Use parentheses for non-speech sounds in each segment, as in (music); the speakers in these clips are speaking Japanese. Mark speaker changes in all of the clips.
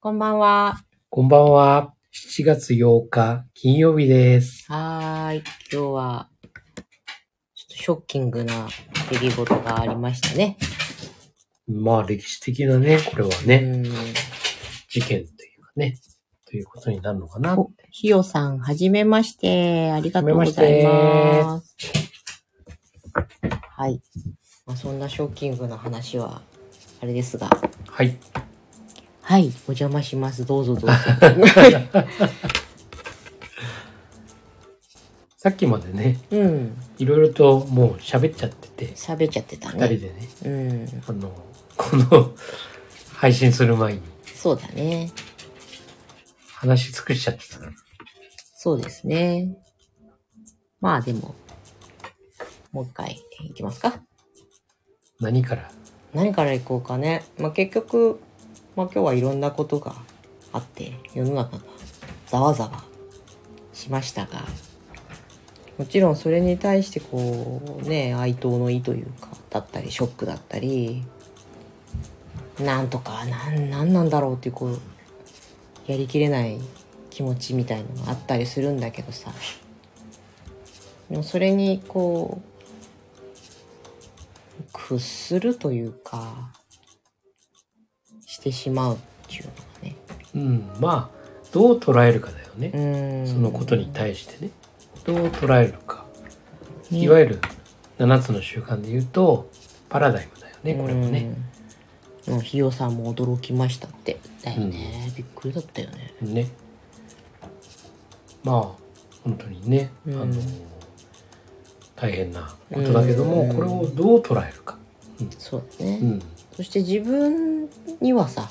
Speaker 1: こんばんは。
Speaker 2: こんばんは。7月8日、金曜日です。
Speaker 1: はーい。今日は、ちょっとショッキングな出来事がありましたね。
Speaker 2: まあ、歴史的なね、これ
Speaker 1: う
Speaker 2: はね、
Speaker 1: ん。
Speaker 2: 事件というかね、ということになるのかな。
Speaker 1: おひよさん、はじめまして。ありがとうござい
Speaker 2: は
Speaker 1: ます。はい。まあ、そんなショッキングな話は、あれですが。
Speaker 2: はい。
Speaker 1: はい。お邪魔します。どうぞどうぞ。
Speaker 2: (laughs) さっきまでね、
Speaker 1: うん。
Speaker 2: いろいろともう喋っちゃってて、
Speaker 1: 喋っちゃってた
Speaker 2: 二人
Speaker 1: ね。
Speaker 2: でね、
Speaker 1: うん。
Speaker 2: あの、この、配信する前に
Speaker 1: そうだね。
Speaker 2: 話し尽くしちゃってたから。
Speaker 1: そうですね。まあでも、もう一回いきますか。
Speaker 2: 何から
Speaker 1: 何からいこうかね。まあ結局、まあ今日はいろんなことがあって、世の中がざわざわしましたが、もちろんそれに対してこうね、哀悼の意というか、だったり、ショックだったり、なんとか、なん、なんなんだろうっていうこう、やりきれない気持ちみたいのがあったりするんだけどさ、でもそれにこう、屈するというかしてしまうっていうのがね
Speaker 2: うん、まあ、どう捉えるかだよ
Speaker 1: う
Speaker 2: ね。
Speaker 1: ーん
Speaker 2: そのことに対してね。どう捉えるか。
Speaker 1: ね
Speaker 2: いわゆる7つの習慣で言うと、パラダイムだよね、これはね。
Speaker 1: うんもうひよさんも驚きましたってだよね、びっくりだったよね
Speaker 2: ね。まあ、本当にね、
Speaker 1: うん
Speaker 2: あの、大変なことだけども、
Speaker 1: うん
Speaker 2: これをどう捉えるか。
Speaker 1: そうだね、
Speaker 2: うん。
Speaker 1: そして自分にはさ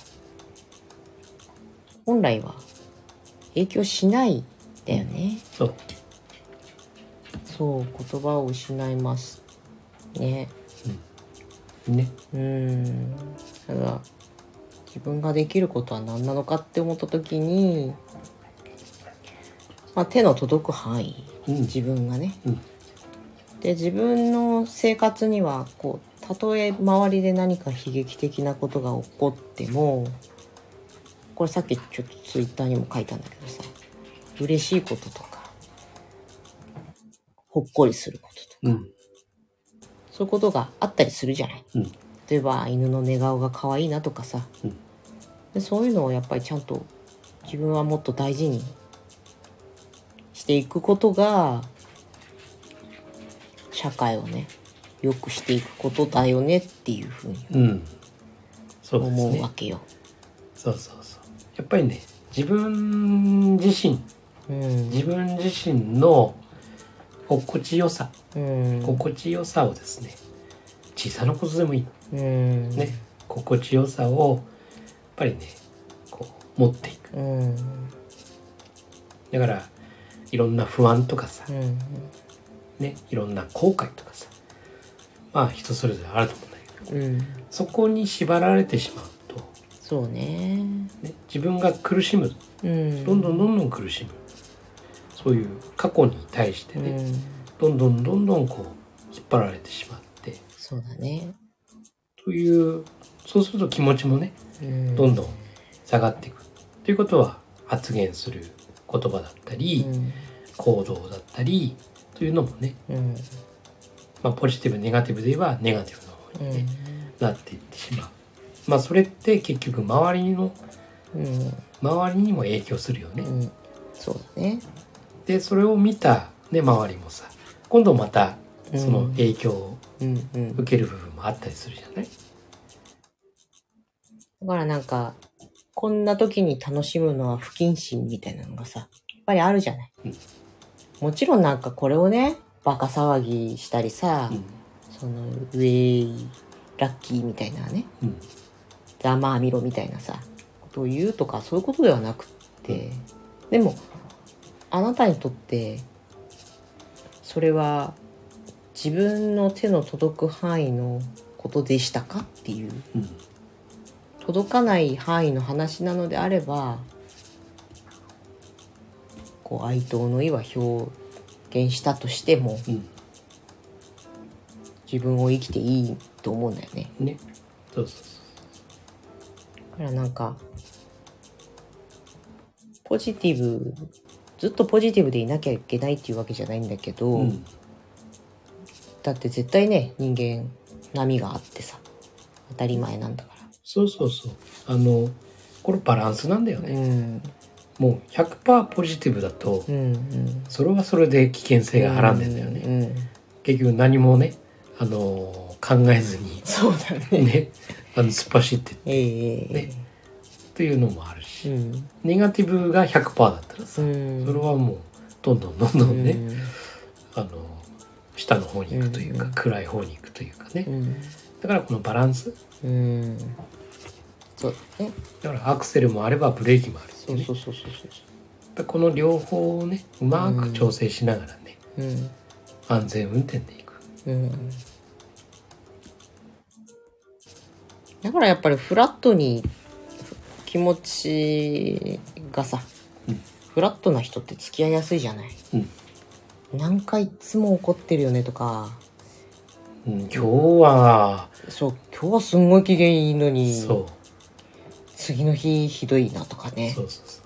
Speaker 1: 本来は影響しないんだよね、
Speaker 2: そう。
Speaker 1: そう言葉を失いますね
Speaker 2: ね。
Speaker 1: うーんただ自分ができることは何なのかって思った時に、まあ、手の届く範囲
Speaker 2: うん。
Speaker 1: 自分がね、
Speaker 2: うん
Speaker 1: で自分の生活にはこうたとえ周りで何か悲劇的なことが起こってもこれさっきちょっとツイッターにも書いたんだけどさ嬉しいこととかほっこりすることとか
Speaker 2: うん。
Speaker 1: そういうことがあったりするじゃない。
Speaker 2: うん
Speaker 1: 例えば犬の寝顔が可愛いなとかさ、
Speaker 2: うん
Speaker 1: でそういうのをやっぱりちゃんと自分はもっと大事にしていくことが社会をね良くしていくことだよねっていうふうに
Speaker 2: うん。そうです
Speaker 1: 思うわ
Speaker 2: ね。
Speaker 1: けよ。
Speaker 2: そうそうそう。やっぱりね、自分自身、
Speaker 1: うん
Speaker 2: 自分自身の心地よさ、
Speaker 1: うん
Speaker 2: 心地よさをですね、小さなことでもいい。
Speaker 1: うん
Speaker 2: ね、心地よさをやっぱりねこう持っていく
Speaker 1: うん
Speaker 2: だからいろんな不安とかさ
Speaker 1: う、ん
Speaker 2: ね、いろんな後悔とかさまあ人それぞれあると思うんだけど
Speaker 1: うん
Speaker 2: そこに縛られてしまうと、
Speaker 1: そうね。
Speaker 2: ね、自分が苦しむ
Speaker 1: うん
Speaker 2: どんどんどんどん苦しむそういう過去に対してね、
Speaker 1: うん
Speaker 2: どんどんどんどんこう引っ張られてしまって
Speaker 1: そうだね。
Speaker 2: というそうすると気持ちもね
Speaker 1: うん
Speaker 2: どんどん下がっていくということは発言する言葉だったり、
Speaker 1: うん
Speaker 2: 行動だったりというのもね、
Speaker 1: うん
Speaker 2: まあ、ポジティブネガティブで言えばネガティブの
Speaker 1: う
Speaker 2: 方に、ね
Speaker 1: ん
Speaker 2: なっていってしまう。まあそれって結局周りの
Speaker 1: うん
Speaker 2: 周りにも影響するよね。
Speaker 1: うんそうだね。
Speaker 2: でそれを見た、ね、周りもさ今度またその影響を
Speaker 1: うんうん、だ
Speaker 2: 受ける部分もあったりするじゃない、
Speaker 1: からなんかこんな時に楽しむのは不謹慎みたいなのがさやっぱりあるじゃない、
Speaker 2: うん
Speaker 1: もちろんなんかこれをねバカ騒ぎしたりさ、
Speaker 2: うん
Speaker 1: そのウェイラッキーみたいなね
Speaker 2: うん
Speaker 1: ざまあみろみたいなさことを言うとかそういうことではなくってでもあなたにとってそれは自分の手の届く範囲のことでしたかっていう
Speaker 2: うん
Speaker 1: 届かない範囲の話なのであればこう哀悼の意は表現したとしても
Speaker 2: うん
Speaker 1: 自分を生きていいと思うんだよね。
Speaker 2: ねそうそうそ
Speaker 1: だからなんかポジティブずっとポジティブでいなきゃいけないっていうわけじゃないんだけど、
Speaker 2: うん
Speaker 1: だって絶対ね人間波があってさ当たり前なんだか
Speaker 2: そうそうそうあのこれバランスなんだよ
Speaker 1: ら、
Speaker 2: ね、
Speaker 1: うん
Speaker 2: もう100%ポジティブだと
Speaker 1: うんうん
Speaker 2: それはそれで危険性がはらんでんだよね、
Speaker 1: うんうん
Speaker 2: 結局何もねあの考えずに
Speaker 1: そうだね
Speaker 2: ねあの突っ走ってっ
Speaker 1: ええええ
Speaker 2: ねていうのもあるし、
Speaker 1: うん
Speaker 2: ネガティブが100%だったらさ、
Speaker 1: うん
Speaker 2: それはもうどんどんどんどんね、
Speaker 1: うん
Speaker 2: あの下の方に行くというか、
Speaker 1: うん
Speaker 2: 暗い方に行くというかね、
Speaker 1: うん
Speaker 2: だからこのバランス
Speaker 1: うんそうね
Speaker 2: だからアクセルもあればブレーキもあるし
Speaker 1: そ
Speaker 2: ね
Speaker 1: うそうそうそう
Speaker 2: やっぱこの両方をねうまく調整しながらね、
Speaker 1: そううん
Speaker 2: 安全運転でいく
Speaker 1: うんだからやっぱりフラットに気持ちがさ、
Speaker 2: うん
Speaker 1: フラットな人って付き合いやすいじゃない
Speaker 2: うん、
Speaker 1: なんかいつも怒ってるよねとか
Speaker 2: うん今日は
Speaker 1: そう今日はすんごい機嫌いいのに
Speaker 2: そう
Speaker 1: 次の日ひどいなとかね
Speaker 2: そうそうそ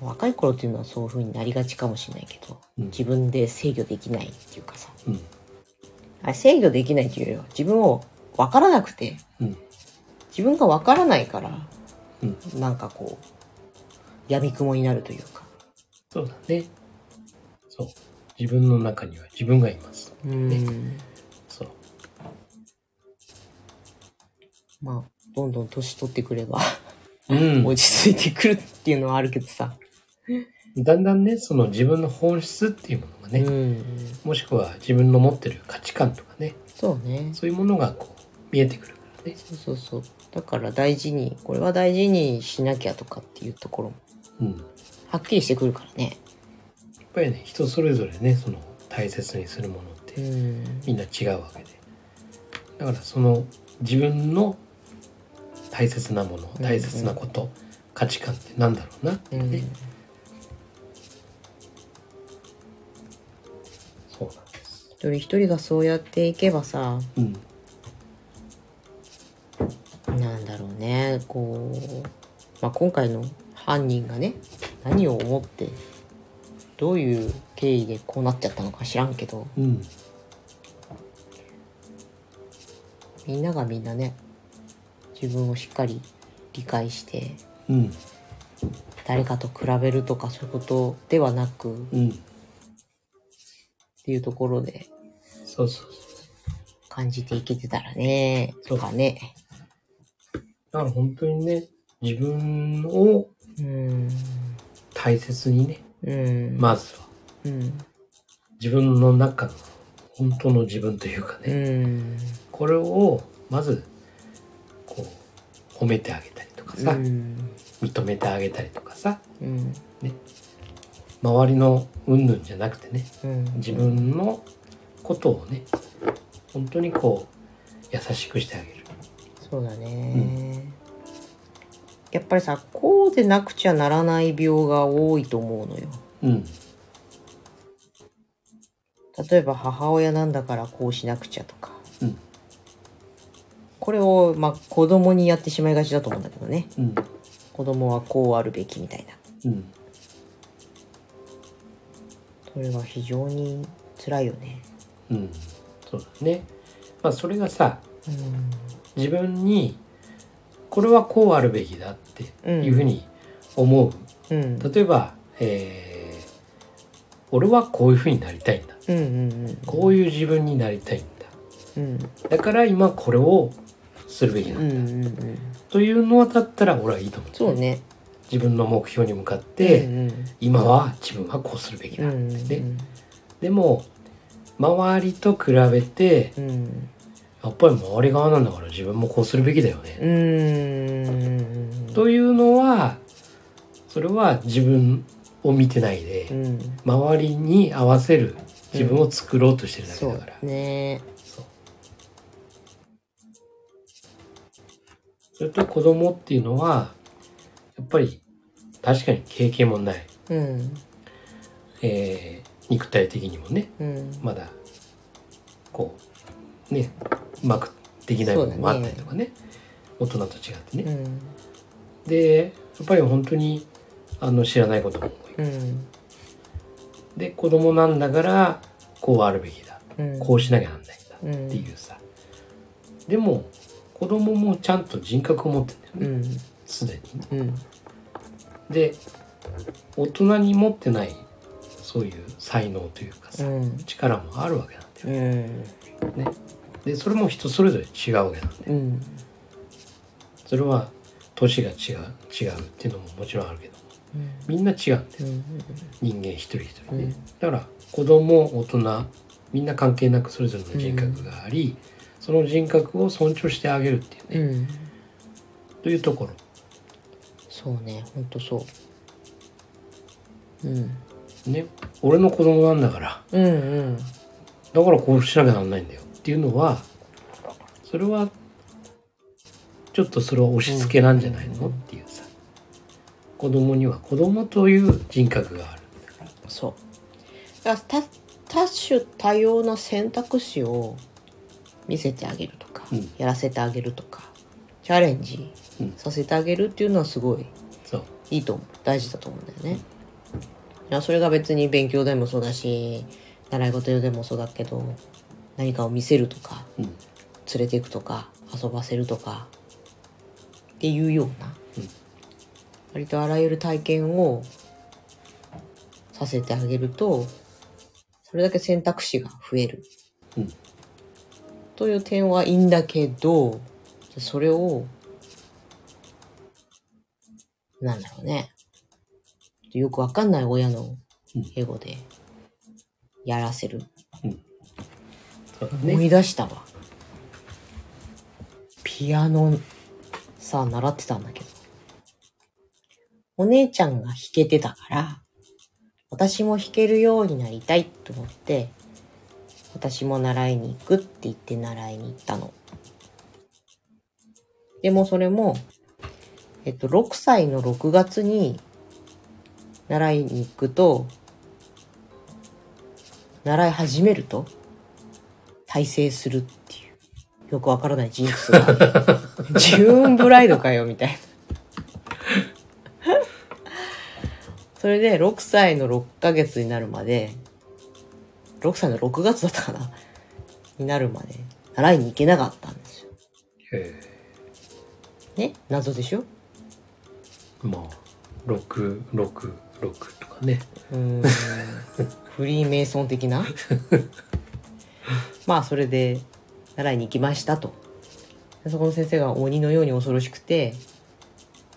Speaker 2: う
Speaker 1: 若い頃っていうのはそういう風になりがちかもしれないけど、
Speaker 2: うん
Speaker 1: 自分で制御できないっていうかさ
Speaker 2: うん
Speaker 1: あ制御できないっていうよりは自分を分からなくて
Speaker 2: うん
Speaker 1: 自分が分からないから、
Speaker 2: うん
Speaker 1: なんかこうやみくもになるというか
Speaker 2: そうだねそう自分の中には自分がいます
Speaker 1: うん
Speaker 2: そう
Speaker 1: まあどんどん年取ってくれば
Speaker 2: うん
Speaker 1: 落ち着いてくるっていうのはあるけどさ、
Speaker 2: だんだんねその自分の本質っていうものがね、
Speaker 1: うん
Speaker 2: もしくは自分の持ってる価値観とかね
Speaker 1: そうね
Speaker 2: そういうものがこう見えてくるからね
Speaker 1: そうそうそうだから大事にこれは大事にしなきゃとかっていうところも
Speaker 2: うんや
Speaker 1: はっきりしてくるからね
Speaker 2: っぱりね人それぞれねその大切にするものって
Speaker 1: うん
Speaker 2: みんな違うわけでだからその自分の大切なもの
Speaker 1: うん
Speaker 2: 大切なこと、価値観ってなんだろうなって
Speaker 1: う
Speaker 2: ね、
Speaker 1: ん
Speaker 2: そうなんです、
Speaker 1: 一人一人がそうやっていけばさ
Speaker 2: うん、
Speaker 1: なんだろうねこう、まあ、今回の犯人がね何を思ってどういう経緯でこうなっちゃったのか知らんけど
Speaker 2: うん、
Speaker 1: みんながみんなね自分をしっかり理解して
Speaker 2: うん、
Speaker 1: 誰かと比べるとかそういうことではなくっ
Speaker 2: うん、
Speaker 1: ていうところで
Speaker 2: そうそうそう。
Speaker 1: 感じていけてたらねとかね
Speaker 2: だから本当にね、自分を
Speaker 1: うん
Speaker 2: 大切にね、
Speaker 1: うん
Speaker 2: まずは
Speaker 1: うん
Speaker 2: 自分の中の本当の自分というか
Speaker 1: う
Speaker 2: ね、
Speaker 1: ん
Speaker 2: これをまずこう褒めてあげたりとかさ、
Speaker 1: うん
Speaker 2: 認めてあげたりとかさ、
Speaker 1: うん
Speaker 2: 周りの云々じゃなくてね、
Speaker 1: うん
Speaker 2: 自分のことをね本当にこう優しくしてあげる
Speaker 1: そうだね、
Speaker 2: う
Speaker 1: やっぱりさこうでなくちゃならない病が多いと思うのよ
Speaker 2: うん
Speaker 1: 例えば母親なんだからこうしなくちゃとか、
Speaker 2: うん
Speaker 1: これをまあ子供にやってしまいがちだと思うんだけどね
Speaker 2: うん
Speaker 1: 子供はこうあるべきみたいな
Speaker 2: うん
Speaker 1: それは非常に辛いよね
Speaker 2: うんそうだねまあそれがさ自分にこれはこうあるべきだって
Speaker 1: うん
Speaker 2: いうふうに思
Speaker 1: う
Speaker 2: う、
Speaker 1: んうん
Speaker 2: 例えば、えー俺はこういうふうになりたいんだ
Speaker 1: うんうん
Speaker 2: こういう自分になりたいん
Speaker 1: うんうん
Speaker 2: だだから今これをするべき
Speaker 1: う
Speaker 2: なん
Speaker 1: う
Speaker 2: んだ、
Speaker 1: んうん
Speaker 2: というのだったら俺はいいと思う
Speaker 1: そうね
Speaker 2: 自分の目標に向かって、
Speaker 1: うん
Speaker 2: 今は自分はこうするべき
Speaker 1: う
Speaker 2: だ、
Speaker 1: んうん
Speaker 2: ででも周りと比べて
Speaker 1: うん
Speaker 2: やっぱり周り側なんだから自分もこうするべきだよね、
Speaker 1: うん
Speaker 2: というのはそれは自分を見てないで、
Speaker 1: うん
Speaker 2: 周りに合わせる自分を作ろうとしてるだけ
Speaker 1: そ
Speaker 2: だ
Speaker 1: う
Speaker 2: から、
Speaker 1: ね
Speaker 2: そうそれと子供っていうのはやっぱり確かに経験もない、
Speaker 1: うん
Speaker 2: えー肉体的にもね
Speaker 1: うん
Speaker 2: まだこうねうまくできないものもあったりとかね大人と違って
Speaker 1: う
Speaker 2: ね、
Speaker 1: ん
Speaker 2: でっぱり本当にあの知らないことが多い
Speaker 1: うん
Speaker 2: で子供なんだからこうあるべきだ
Speaker 1: うん
Speaker 2: こうしなきゃなんないんだ
Speaker 1: うん
Speaker 2: っていうさでも子供もちゃんと人格を持ってんだよね
Speaker 1: うん
Speaker 2: すでに
Speaker 1: うん
Speaker 2: で大人に持ってないそういう才能というか
Speaker 1: う
Speaker 2: さ
Speaker 1: ん
Speaker 2: 力もあるわけなんだよ
Speaker 1: うん
Speaker 2: でそれも人それぞれ違うわけなんだ
Speaker 1: う
Speaker 2: よ
Speaker 1: ん
Speaker 2: それは年が違う違うっていうのももちろんあるけどみんな違うんだよ人間一人一人ね、
Speaker 1: うん
Speaker 2: だから子供大人みんな関係なくそれぞれの人格があり、その人格を尊重してあげるっていうね、
Speaker 1: うん
Speaker 2: というところ
Speaker 1: そうねほんとそううん
Speaker 2: ね俺の子供なんだから
Speaker 1: うんうん
Speaker 2: だからこうしなきゃなんないんだよっていうのはそれはちょっとそれは押し付けなんじゃないのっていうさ子供には子供という人格があるんだから
Speaker 1: そうだからた多種多様な選択肢を見せてあげるとか、
Speaker 2: うん
Speaker 1: やらせてあげるとかチャレンジ
Speaker 2: うん
Speaker 1: させてあげるっていうのはすごい
Speaker 2: そう
Speaker 1: いいと思う大事だと思うんだよね。いやそれが別に勉強でもそうだし習い事でもそうだけど何かを見せるとか
Speaker 2: うん
Speaker 1: 連れていくとか遊ばせるとかっていうような、
Speaker 2: うん
Speaker 1: 割とあらゆる体験をさせてあげるとそれだけ選択肢が増える、
Speaker 2: うん
Speaker 1: という点はいいんだけどそれをなんだろうねよくわかんない親の英語でやらせる、
Speaker 2: そうだ
Speaker 1: 思
Speaker 2: ね
Speaker 1: い出したわピアノさ習ってたんだけどお姉ちゃんが弾けてたから私も弾けるようになりたいと思って私も習いに行くって言って習いに行ったのでもそれもえっと6歳の6月に習いに行くと習い始めると大成するっていうよくわからないジンクスがジューンブライドかよみたいなそれで6歳の6ヶ月になるまで6歳の6月だったかなになるまで習いに行けなかったんですよ
Speaker 2: え
Speaker 1: ね謎でしょ
Speaker 2: ーまあ666とかね
Speaker 1: うーんフリーメイソン的なまあそれで習いに行きましたとでそこの先生が鬼のように恐ろしくて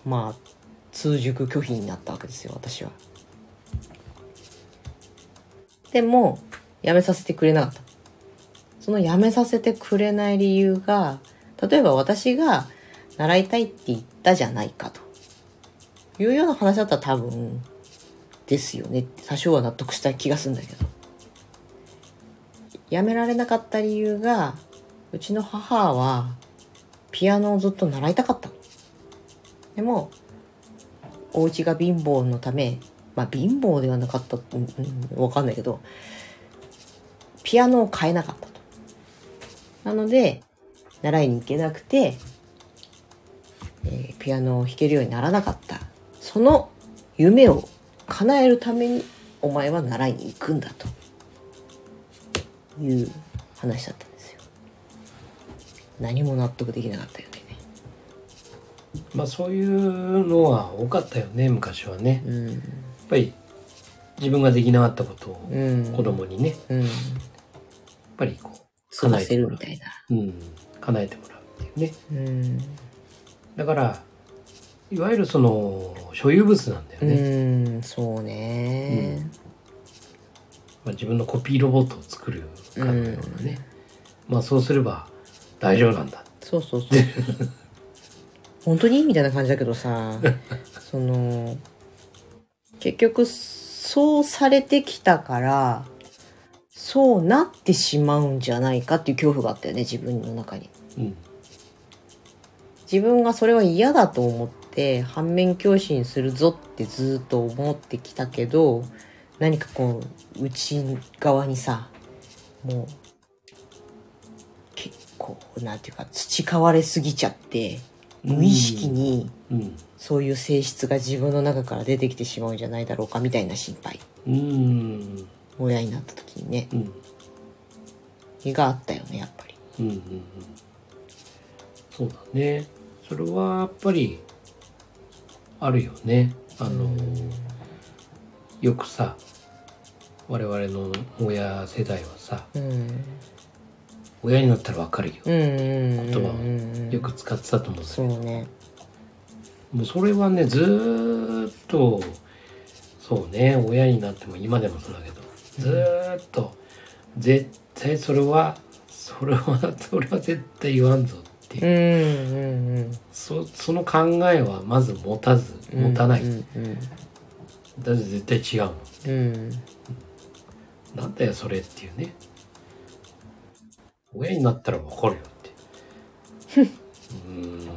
Speaker 1: まあ通塾拒否になったわけですよ私はでも辞めさせてくれなかったその辞めさせてくれない理由が例えば私が習いたいって言ったじゃないかというような話だったら多分ですよねって多少は納得した気がするんだけどやめられなかった理由がうちの母はピアノをずっと習いたかったのでもお家が貧乏のためまあ貧乏ではなかったうんうんわかんないけどピアノを買えなかったとなので習いに行けなくて、えーピアノを弾けるようにならなかったその夢を叶えるためにお前は習いに行くんだという話だったんですよ何も納得できなかったよ
Speaker 2: まあそういうのは多かったよね昔はねやっ
Speaker 1: ね
Speaker 2: ぱり自分ができなかったこと
Speaker 1: う
Speaker 2: を
Speaker 1: んうん
Speaker 2: 子供にねやっ
Speaker 1: うん
Speaker 2: ぱりこう
Speaker 1: さ
Speaker 2: 叶え
Speaker 1: せ
Speaker 2: て
Speaker 1: る
Speaker 2: も
Speaker 1: み
Speaker 2: ら
Speaker 1: たいな
Speaker 2: う、うん、叶えてもらうっていうね
Speaker 1: うん
Speaker 2: だからいわゆるその所有物なんだよ
Speaker 1: う
Speaker 2: ね、
Speaker 1: んそうね
Speaker 2: まあ、自分のコピーロボットを作るかのようなね、まあそうすれば大丈夫なんだ
Speaker 1: そうそうそう本当にみたいな感じだけどさその結局そうされてきたからそうなってしまうんじゃないかっていう恐怖があったよね自分の中に
Speaker 2: うん
Speaker 1: 自分がそれは嫌だと思って反面教師にするぞってずっと思ってきたけど何かこう内側にさもう結構なんていうか培われすぎちゃって無意識に
Speaker 2: うん
Speaker 1: そういう性質が自分の中から出てきてしまうんじゃないだろうかみたいな心配
Speaker 2: うん
Speaker 1: 親になった時にね
Speaker 2: うんうん
Speaker 1: があったよねやっぱり
Speaker 2: うんうんうんそうだねそれはやっぱりあるよねあの、よくさ我々の親世代はさ
Speaker 1: うん
Speaker 2: 親になったらわかるよ、
Speaker 1: うんうん
Speaker 2: 言葉を
Speaker 1: うん
Speaker 2: よく使ってたと思うんだけ
Speaker 1: そうね
Speaker 2: どもうそれはねずーっとそうね親になっても今でもそうだけどずーっと絶対それはそれはそれは絶対言わんぞっていう
Speaker 1: うんうんうん
Speaker 2: そその考えはまず持たず持たない、
Speaker 1: うんうん
Speaker 2: だって絶対違うもん
Speaker 1: うん
Speaker 2: なんだよそれっていうね親になったら分かるよって
Speaker 1: (laughs)
Speaker 2: うーん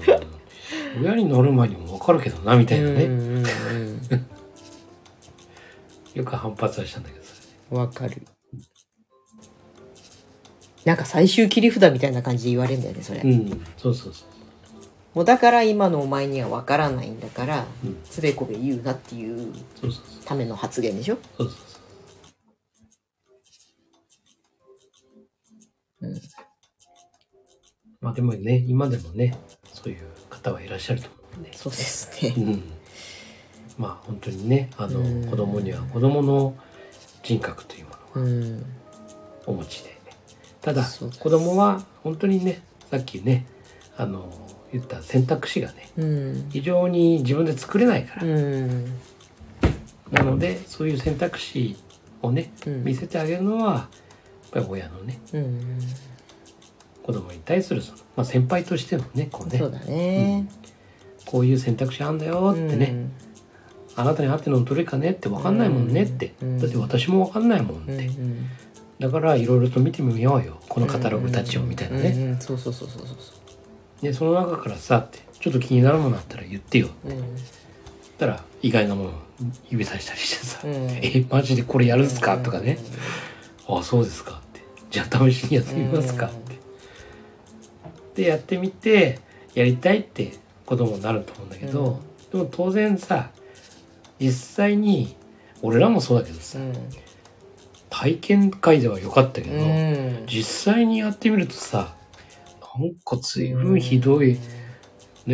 Speaker 2: 親になる前にも分かるけどなみたいなね、
Speaker 1: うんうんうん
Speaker 2: よく反発はしたんだけどそ
Speaker 1: うんわかるなんか最終切り札みたいな感じで言われるんだよねそれ、
Speaker 2: れ、ね、うんそうそうそう
Speaker 1: もうだから今のお前にはわからないんだから、
Speaker 2: うん
Speaker 1: つべこべ言うなっていう
Speaker 2: そうそう
Speaker 1: ための発言でしょ
Speaker 2: そうそうそうそう
Speaker 1: うん
Speaker 2: まあでもね今でもねそういう方はいらっしゃると思うんで
Speaker 1: そうですね
Speaker 2: うん、まあ本当にねあの
Speaker 1: うん
Speaker 2: 子供には子供の人格というものを
Speaker 1: うん
Speaker 2: お持ちでただ
Speaker 1: そうです
Speaker 2: 子供は本当にねさっきねあの言った選択肢がね
Speaker 1: うん
Speaker 2: 非常に自分で作れないから、
Speaker 1: うん
Speaker 2: なのでそういう選択肢をね
Speaker 1: うん
Speaker 2: 見せてあげるのはやっぱり親のね
Speaker 1: うん
Speaker 2: 子供に対するその、まあ、先輩としてのねこうね
Speaker 1: そうだね、
Speaker 2: こういう選択肢あんだよってね、あなたに合ってるのどれかねって分かんないもんねって、
Speaker 1: うん
Speaker 2: だって私も分かんないもんっ
Speaker 1: う
Speaker 2: て、
Speaker 1: ん、うん
Speaker 2: だからいろいろと見てみようよこのカタログたちをみたいなね、
Speaker 1: うんうんそうそうそうそうそう
Speaker 2: でその中からさってちょっと気になるものあったら言ってよ
Speaker 1: そううん
Speaker 2: ったら意外なもの指さしたりしてさ「
Speaker 1: うん
Speaker 2: えマジでこれやるんすか?」とかね「あそうですか」って「じゃあ試しにやってみますか」ってでやってみてやりたいって子供になると思うんだけど、でも当然さ実際に俺らもそうだけど
Speaker 1: う
Speaker 2: さ
Speaker 1: ん
Speaker 2: 体験会では良かったけど、
Speaker 1: うん
Speaker 2: 実際にやってみるとさなんか随分ひどい、ね、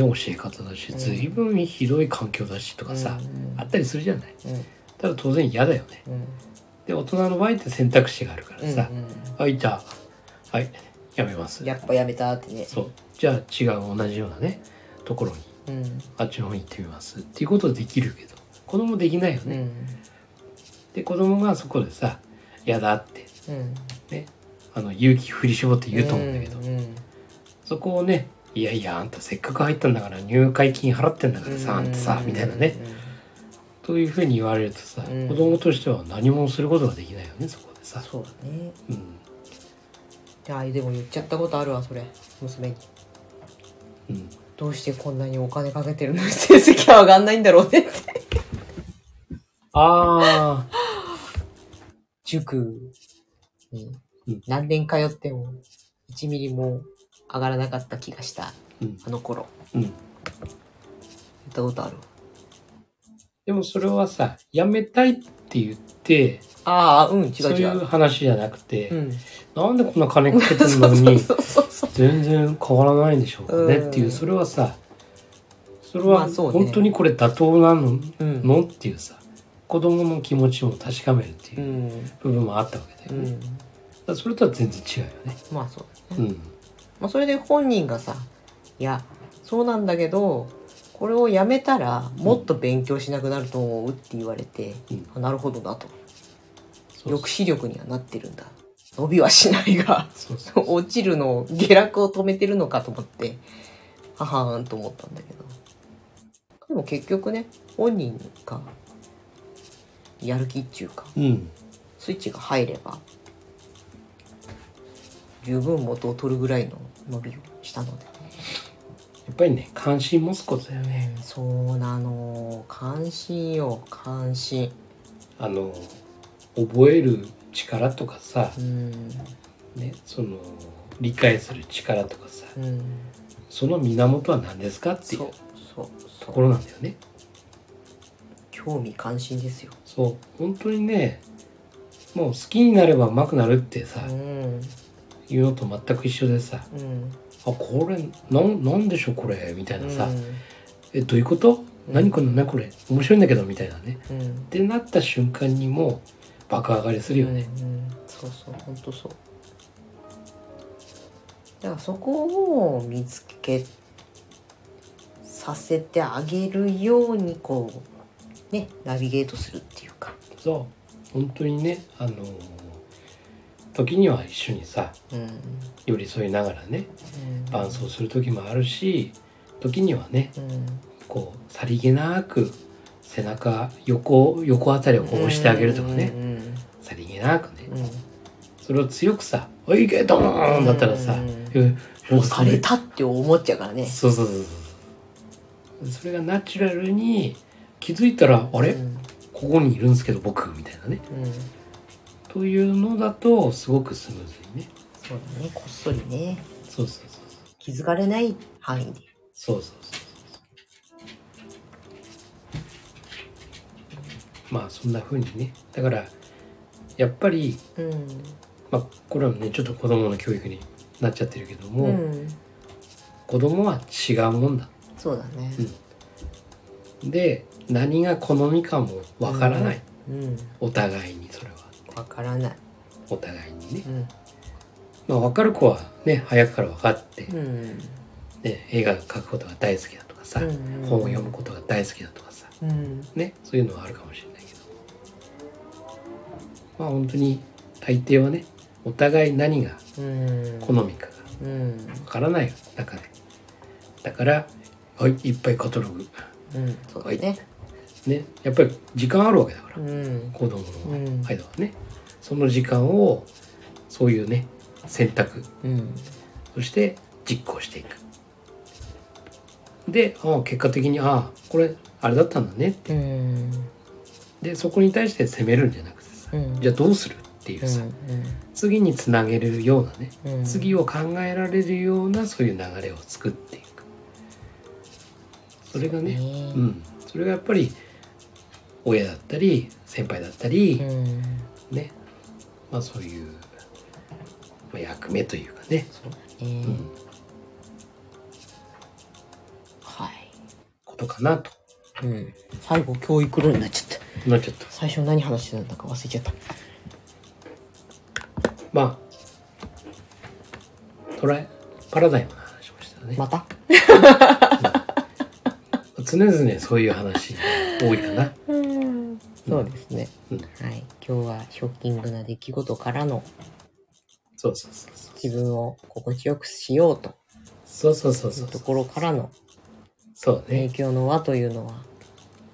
Speaker 2: 教え方だし
Speaker 1: うん
Speaker 2: 随分ひどい環境だしとかさ、
Speaker 1: うん
Speaker 2: あったりするじゃない
Speaker 1: うん
Speaker 2: ただ当然嫌だよね
Speaker 1: うん
Speaker 2: で大人の場合って選択肢があるからさ
Speaker 1: う、んうん
Speaker 2: はいじゃあはいやめます
Speaker 1: やっぱやめたってね
Speaker 2: そうじゃあ違う同じようなねところに
Speaker 1: うん
Speaker 2: あっちの方に行ってみますっていうことできるけど子供できないよ
Speaker 1: う
Speaker 2: ね、
Speaker 1: ん
Speaker 2: で子供がそこでさ嫌だって
Speaker 1: うん
Speaker 2: ねあの勇気振り絞って言うと思うんだけど、
Speaker 1: うん
Speaker 2: そこをねいやいやあんたせっかく入ったんだから入会金払ってんだからさ、あんたさみたいなねというふうに言われるとさ、
Speaker 1: うん
Speaker 2: 子供としては何もすることができないよねそこでさ、
Speaker 1: そうだね
Speaker 2: うん
Speaker 1: ああでも言っちゃったことあるわそれ娘に
Speaker 2: うん、
Speaker 1: どうしてこんなにお金かけてるのに成績は上がんないんだろうねって
Speaker 2: ああ
Speaker 1: 塾に
Speaker 2: うん
Speaker 1: 何年通っても1ミリも上がらなかった気がした
Speaker 2: うん
Speaker 1: あの頃
Speaker 2: うん
Speaker 1: 言ったことある
Speaker 2: でもそれはさ辞めたいって言って
Speaker 1: ああうん違う
Speaker 2: そうい
Speaker 1: 違
Speaker 2: う
Speaker 1: う
Speaker 2: 話じゃなくて、
Speaker 1: うん
Speaker 2: なんでこんな金かけてる
Speaker 1: (laughs) そ
Speaker 2: の
Speaker 1: うそう
Speaker 2: に
Speaker 1: そうそうそう
Speaker 2: 全然変わらないんでしょうかね
Speaker 1: うん
Speaker 2: っていうそれはさそれ
Speaker 1: ま
Speaker 2: は
Speaker 1: あそうね
Speaker 2: 本当にこれ妥当なの,、
Speaker 1: うん
Speaker 2: のっていうさ子供の気持ちも確かめるって
Speaker 1: う
Speaker 2: いうん部分もあったわけだ
Speaker 1: う
Speaker 2: よね、だ
Speaker 1: ん
Speaker 2: からそれとは全然違うよね
Speaker 1: まあそうだね
Speaker 2: うん
Speaker 1: まあ、それで本人がさ「いやそうなんだけどこれをやめたらもっと勉強しなくなると思う」って言われて
Speaker 2: うん
Speaker 1: 「あなるほどな」と
Speaker 2: そう
Speaker 1: 抑止力にはなってるんだ伸びはしないが (laughs)
Speaker 2: そうそう
Speaker 1: 落ちるのを下落を止めてるのかと思ってははーんと思ったんだけどでも結局ね本人がやる気っていうか
Speaker 2: うん
Speaker 1: スイッチが入れば十分元を取るぐらいの伸びをしたので。
Speaker 2: やっぱりね関心持つことだよね
Speaker 1: そうなの関心よ関心
Speaker 2: あの覚える力とかさ
Speaker 1: う、ん
Speaker 2: ね、その理解する力とかさ
Speaker 1: うん
Speaker 2: その源は何ですかっていう
Speaker 1: そうそう
Speaker 2: と
Speaker 1: そ
Speaker 2: こ
Speaker 1: う
Speaker 2: ろなんだよね
Speaker 1: 興味関心ですよ、
Speaker 2: そう本当にねもう好きになればうまくなるってさ、
Speaker 1: うん
Speaker 2: 言うのと全く一緒でさ
Speaker 1: うん
Speaker 2: 「あこれなんなんでしょうこれ」みたいなさ「
Speaker 1: うん
Speaker 2: えどういうこと
Speaker 1: うん
Speaker 2: 何この何これ面白いんだけど」みたいなね
Speaker 1: うん
Speaker 2: ってなった瞬間にもう爆上がりするよね、
Speaker 1: うんうんそうそう本当そうだからそこを見つけさせてあげるようにこうねナビゲートするっていうか、
Speaker 2: そう本当にねあのー時には一緒にさ
Speaker 1: うんうん
Speaker 2: 寄り添いながらね伴奏する時もあるし時にはね
Speaker 1: うん
Speaker 2: こうさりげなく背中横横あたりをこう押してあげるとかね、さりげなくね
Speaker 1: うんうんうん
Speaker 2: それを強くさ「おいけドーン!」だったらさ
Speaker 1: うん
Speaker 2: 「え
Speaker 1: 押されたって思っちゃうからね
Speaker 2: そうそうそうそうそれがナチュラルに気づいたら「あれ、
Speaker 1: うん
Speaker 2: ここにいるんですけど僕」みたいなね
Speaker 1: うん
Speaker 2: というのだとすごくスムーズにね
Speaker 1: そうだねこっそりね
Speaker 2: そうそうそう
Speaker 1: 気づかれない範囲で
Speaker 2: そうそうそうまあそんな風にねだからやっぱり、
Speaker 1: うん
Speaker 2: まあ、これはねちょっと子供の教育になっちゃってるけども、
Speaker 1: うん
Speaker 2: 子供は違うもんだ
Speaker 1: そうだね
Speaker 2: で何が好みかもわからない、
Speaker 1: うん
Speaker 2: お互いにそれは
Speaker 1: わからない
Speaker 2: お互いにね
Speaker 1: う、ん
Speaker 2: まあ、分かる子はね早くから分かって、
Speaker 1: うん
Speaker 2: ね、映画を描くことが大好きだとかさ、
Speaker 1: うん
Speaker 2: 本を読むことが大好きだとかさ
Speaker 1: うん
Speaker 2: ねそういうのはあるかもしれないけどまあ本当に大抵はねお互い何が
Speaker 1: うん
Speaker 2: 好みかが
Speaker 1: うん
Speaker 2: 分からない中でだからはいいっぱいカタログ
Speaker 1: うんそうだね
Speaker 2: ねやっぱり時間あるわけだから、
Speaker 1: うん
Speaker 2: 子供
Speaker 1: うん
Speaker 2: の間はね、その時間をそういうね選択
Speaker 1: うん
Speaker 2: そして実行していくでああ結果的にああこれあれだったんだねって
Speaker 1: うん
Speaker 2: でそこに対して責めるんじゃなくてさ、
Speaker 1: うん
Speaker 2: じゃあどうするっていうさ、次につなげるようなね、
Speaker 1: うんうん
Speaker 2: 次を考えられるようなそういう流れを作っていくそれがね
Speaker 1: ね
Speaker 2: うんそれがやっぱり親だったり先輩だったり、
Speaker 1: うん
Speaker 2: ねまあそういう、まあ、役目というかね、
Speaker 1: そうだ
Speaker 2: う
Speaker 1: ね
Speaker 2: ん、
Speaker 1: はい
Speaker 2: ことかなと
Speaker 1: うん最後教育論になっちゃった
Speaker 2: なっちょっと
Speaker 1: 最初何話してたんだか忘れちゃった
Speaker 2: まあトライパラダイムの話をしたね、
Speaker 1: また
Speaker 2: 常々そういう話が多いかな、
Speaker 1: そうですね
Speaker 2: うん、
Speaker 1: はい今日はショッキングな出来事からの
Speaker 2: そうそうそうそう
Speaker 1: 自分を心地よくしようと
Speaker 2: そうそうそう
Speaker 1: い
Speaker 2: そうう
Speaker 1: ところからの
Speaker 2: そう
Speaker 1: 影
Speaker 2: ね
Speaker 1: 響の輪というのは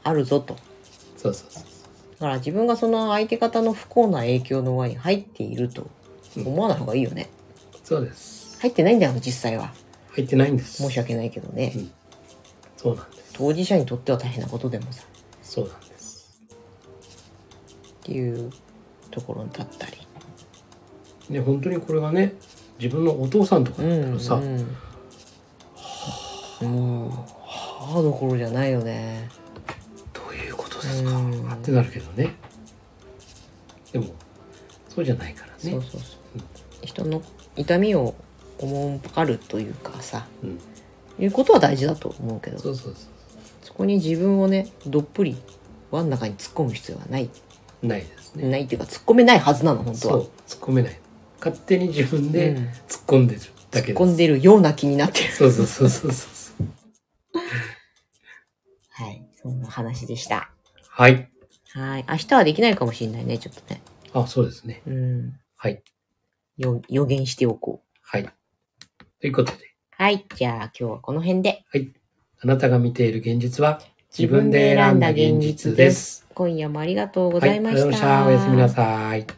Speaker 1: あるぞと。
Speaker 2: そうそうそう
Speaker 1: だから自分がその相手方の不幸な影響の輪に入っていると思わない方がいいよね。
Speaker 2: そうです
Speaker 1: 入ってないんだよ、実際は。
Speaker 2: 入ってないんです
Speaker 1: 申し訳ないけどね
Speaker 2: う。んそうなんです
Speaker 1: 当事者にとっては大変なことでもさ、
Speaker 2: そうなんです
Speaker 1: っていうところだったり。
Speaker 2: ね本当にこれがね自分のお父さんとか
Speaker 1: う
Speaker 2: だっ
Speaker 1: ん
Speaker 2: た、
Speaker 1: うん。
Speaker 2: らさ、
Speaker 1: うん。はあどころじゃないよね。
Speaker 2: どういうことですか、
Speaker 1: うん
Speaker 2: ってなるけどねでもそうじゃないから
Speaker 1: そう
Speaker 2: ね
Speaker 1: そうそう。人の痛みを思うかるというかさ、
Speaker 2: うん
Speaker 1: いうことは大事だと思うけど。
Speaker 2: そうそうそ
Speaker 1: そこに自分をねどっぷり輪の中に突っ込む必要はない、
Speaker 2: うないですね
Speaker 1: ないっていうか突っ込めないはずなの本当
Speaker 2: そ
Speaker 1: は
Speaker 2: う突っ込めない勝手に自分で
Speaker 1: うん
Speaker 2: 突っ込んでる
Speaker 1: 突
Speaker 2: だけ
Speaker 1: っ
Speaker 2: で
Speaker 1: 込んでるような気になってる
Speaker 2: そうそうそうそうそう
Speaker 1: はいそんな話でした
Speaker 2: はい
Speaker 1: はい明日はできないかもしれないねちょっとね
Speaker 2: あそうですね
Speaker 1: うん
Speaker 2: はい
Speaker 1: よ予言しておこう
Speaker 2: はいということで
Speaker 1: はいじゃあ今日はこの辺で
Speaker 2: あなたが見ている現実は自分で選んだ現実です。
Speaker 1: 今夜もありがとうございました、
Speaker 2: はい、ありがとうございました。おやすみなさい。